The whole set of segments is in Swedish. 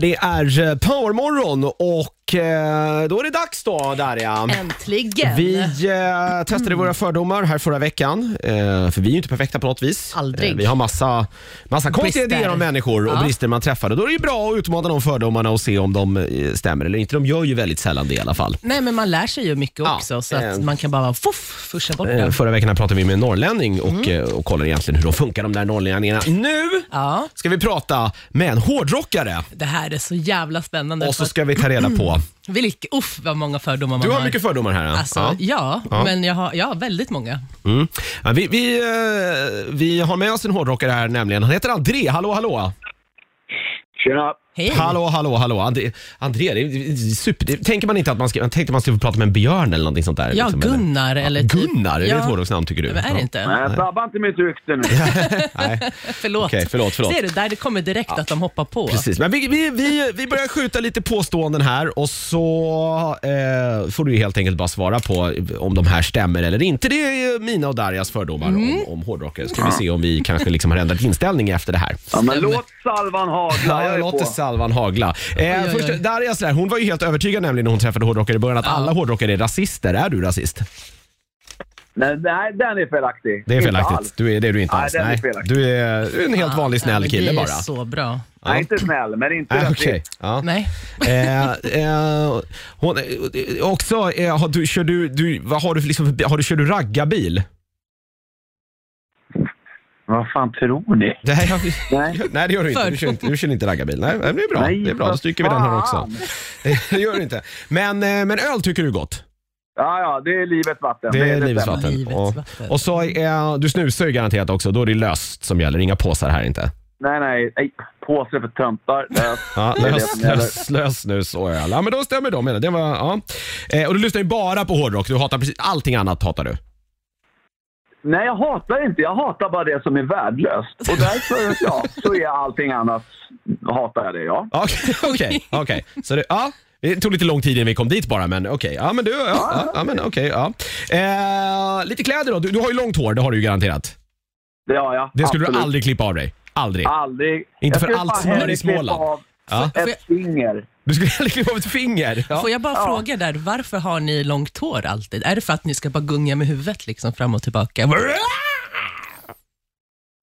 Det är eh, Powermorgon och eh, då är det dags då Darja. Äntligen! Vi eh, testade våra fördomar här förra veckan, eh, för vi är ju inte perfekta på något vis. Aldrig. Eh, vi har massa, massa konstiga Brister. idéer om människor och Ja. brister man träffar. Och då är det ju bra att utmana de fördomarna och se om de eh, stämmer eller inte. De gör ju väldigt sällan det i alla fall. Nej, men man lär sig ju mycket Ja, också, så att eh. man kan bara fuff, fuscha bort Eh, den. Förra veckan här pratade vi med en norrlänning Mm. och, eh, och kollade egentligen hur de funkar de där norrlänningarna. Nu Ja, ska vi prata med en hårdrockare det här är så jävla spännande. och så ska vi ta reda på. Vilk, uff, vad många fördomar man Du har mycket fördomar här. ja. Mm. Alltså, Ja. ja. Ja. men jag har, jag har väldigt många. Mm. Ja, Vi, vi, eh, vi har med oss en hårdrockare här nämligen. Han heter André. Hallå, hallå! Tjena! Hej! Hallå, hallå, hallå! André, André det är- det är super, det, tänker man inte att man ska, man tänkte man skulle få prata med en björn eller någonting sånt där? Ja, liksom, eller? Gunnar eller Ja, typ- Gunnar, är det Ja. ett hårdrocksnamn tycker du? Men är det inte? Eh, Nej, sabba inte mitt rykte nu. Nej, Förlåt. Okej, förlåt, förlåt. Ser du, där det kommer direkt att de hoppar på. precis. Men vi, vi, vi, vi börjar skjuta lite påståenden här och så eh, får du ju helt enkelt bara svara på om de här stämmer eller inte. Det är ju mina och Darjas fördomar Mm. om, om hårdrockare. Ska vi se om vi kanske liksom har ändrat inställning efter det här. Ja, men låt salvan hagla, jag Ja, är låt det på. salvan hagla. Eh, oj, först, oj. Darja sådär, hon var ju helt övertygad nämligen när hon träffade hårdrockare i början att Ja. alla hårdrockare är rasister. Är du rasist? Nej, nej, den är felaktig. Det är Inte felaktigt. alls. Du är, det är du inte Nej, alls. den är Nej. felaktig. Du, är, du är en helt vanlig Ja, snäll Ah, men kille det bara. är så bra. Ja. Nej, inte snäll, men inte Nej, rasist. okej. Ja. Nej. eh, eh, hon, eh, också, eh, har du, kör du, du, vad har du för liksom, för bi- har du, kör du raggarbil? Vad fan tror ni? Det här, jag, Nej. nej, det gör du inte. Du kör inte, du kör inte raggarbil. Nej, det är bra. Nej, det är bra. Då vad stryker vi den här också. fan. Det gör du inte. Men, eh, men öl tycker du är gott? Ja, ja, det är livets vatten. Det är livets stämmer. vatten. Livets Ja. vatten. Och så, eh, du snusar ju garanterat också, då är det löst som gäller, inga påsar här inte. Nej, nej, nej. Påse för töntar. Lös. Ja, Det är det löst, som gäller. löst, löst snus och öl. Ja, men då stämmer de. menar jag. Det var, ja. eh, och du lyssnar ju bara på hårdrock, du hatar precis allting annat hatar du. Nej, jag hatar inte. Jag hatar bara det som är värdelöst. Och därför, ja, så är allting annat hatar jag det, ja. Ja, Okej, okej. okej. Så det, ja. Det tog lite lång tid innan vi kom dit bara, men okej. Ja, men du, ja, ja, ja, men okej. ja. Eh, lite kläder då. Du, du har ju långt hår, det har du ju garanterat. Det har jag. Det skulle Absolut. du aldrig klippa av dig. Aldrig. Aldrig. Inte Jag för skulle allt fan snör i hellre klippa Småland. av Ja. Får jag- Ett finger. Du skulle aldrig klippa av ett finger. Ja. Får jag bara Ja. fråga där, varför har ni långt hår alltid? Är det för att ni ska bara gunga med huvudet liksom fram och tillbaka?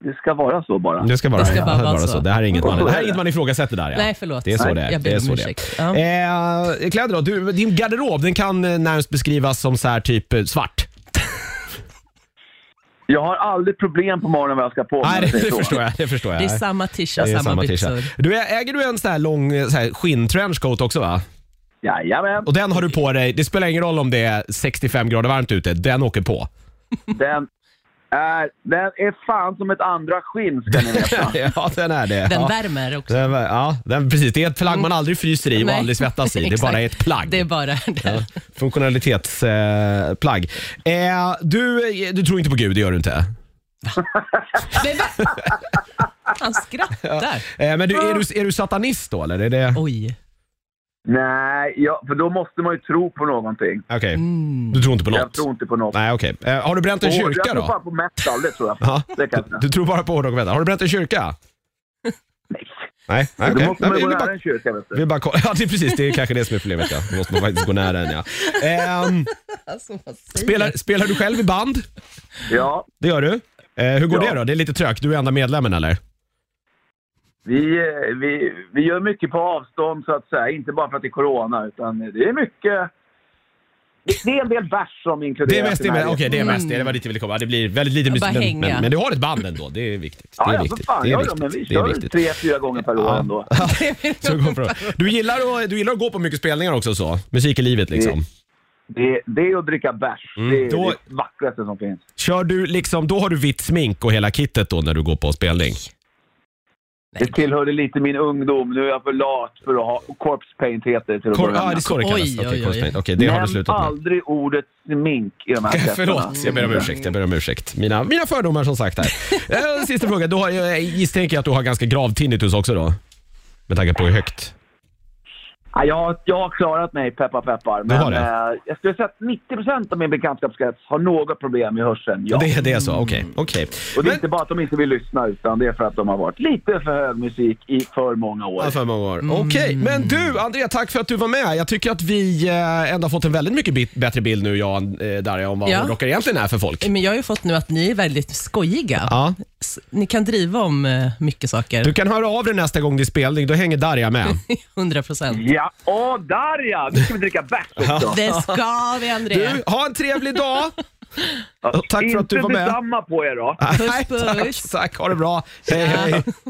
Det ska vara så bara. Det ska bara, Det ska bara ja, vara så. Det här är inget man, det här är inget man ifrågasätter där. Ja. Nej, förlåt. Det är så Nej, det är. Jag Det ber är om så det är. ursäkt. Ja. Eh, kläder då? Du, din garderob den kan eh, närmast beskrivas som så här typ eh, svart. Jag har aldrig problem på morgonen vad jag ska på mig. Nej, det, säger det så. förstår jag. Det förstår jag. Det är samma tisha, Det är samma, tisha. byxor. Du, ä- äger du en sån här lång eh, så här skinntrenchcoat också va? Jajamän, Och den har du på dig, det spelar ingen roll om det är 65 grader varmt ute, den åker på. den är, den är fan som ett andra skinn ska ni veta. ja, den är det. Den ja. värmer också. Den vär- ja, den, precis. Det är ett plagg man aldrig fryser i och Nej. aldrig svettas i. Det är bara ett Exakt. plagg. Det är bara det. Ja, Funktionalitetsplagg. Eh, plagg. eh, du, eh, du tror inte på Gud, det gör du inte? Men va? Han skrattar. Eh, men du, Ah. är, du, är du satanist då eller? Är det... Oj. Nej, ja, för då måste man ju tro på någonting. Okej, Mm. du tror inte på Jag något? tror inte på något. Nej, okej. Eh, har du bränt en Och kyrka jag tror då? bara på metal, det tror jag. Ja. Det kan jag Du säga. tror bara på hårdrock och metal. Har du bränt en kyrka? Nej. Nej, okej. Då måste Nej, man vi ju vill gå nära bara, en kyrka vet vi du. vill bara kolla. Ja, det är precis. Det är kanske det som är problemet. Ja. Då måste man faktiskt gå nära en. Ja. Ehm, Alltså, vad säger spelar, spelar du själv i band? Ja, Det gör du. Eh, hur går Ja. det då? Det är lite trögt. Du är enda medlemmen eller? vi, eh, vi, vi gör mycket på avstånd så att säga. Inte bara för att det är corona utan det är mycket... Det är en del bärs som inkluderas. Det är mest, i det är mest, närheten. okej, det är mest. Det var dit jag ville komma. Det blir väldigt lite Mm. Bara musik, men, hänga. men, men du har ett band ändå. Det är viktigt. Det Ja, är ja, för viktigt. fan. Det Ja, är ja, men vi viktigt. Det är kör viktigt. tre, fyra gånger per år Ja. ändå. Så går från- Du gillar, att, du gillar att gå på mycket spelningar också så? Musik i livet Mm. liksom? Det, det är att dricka bärs. Mm. det är då- det vackraste som finns. Kör du liksom, då har du vitt smink och hela kittet då när du går på spelning? Det tillhörde lite min ungdom. Nu är jag för lat för att ha... Corpse paint heter det till att Kor- börja ah, med. det är så det kallas. Oj, Okej, oj, oj. korvspaint. Okej, det har du Nämn slutat med. aldrig ordet smink i de här testerna. Förlåt, jag ber om ursäkt. Jag ber om ursäkt. Mina, mina fördomar som sagt här. Eh, Sista fråga. Du har, jag misstänker att du har ganska grav tinnitus också då? Med tanke på hur högt. Ja, jag, jag har klarat mig, peppar peppar. Men har det? eh, jag skulle säga att 90 av min bekantskapskrets har något problem med hörseln. Ja. Det, det är så, okej. okej. Och det är Men- inte bara att de inte vill lyssna, utan det är för att de har varit lite för hög musik i för många år. Ja, för många år. Mm. Okej, men du Andrea, tack för att du var med. Jag tycker att vi eh, ändå har fått en väldigt mycket bit, bättre bild nu, jag och eh, Darja, om vad Ja. Mm. hårdrockare egentligen är för folk. Men jag har ju fått nu att ni är väldigt skojiga. Ja. S- Ni kan driva om eh, mycket saker. Du kan höra av dig nästa gång det är spelning, då hänger Darja med. 100 procent. Ja, åh där ja! Nu ska vi dricka bärs också. Det ska vi, André. Du, ha en trevlig dag! Ja, tack för att du inte var med. detsamma på er då. Puss, Nej, tack, puss. tack, ha det bra. Hej, hej.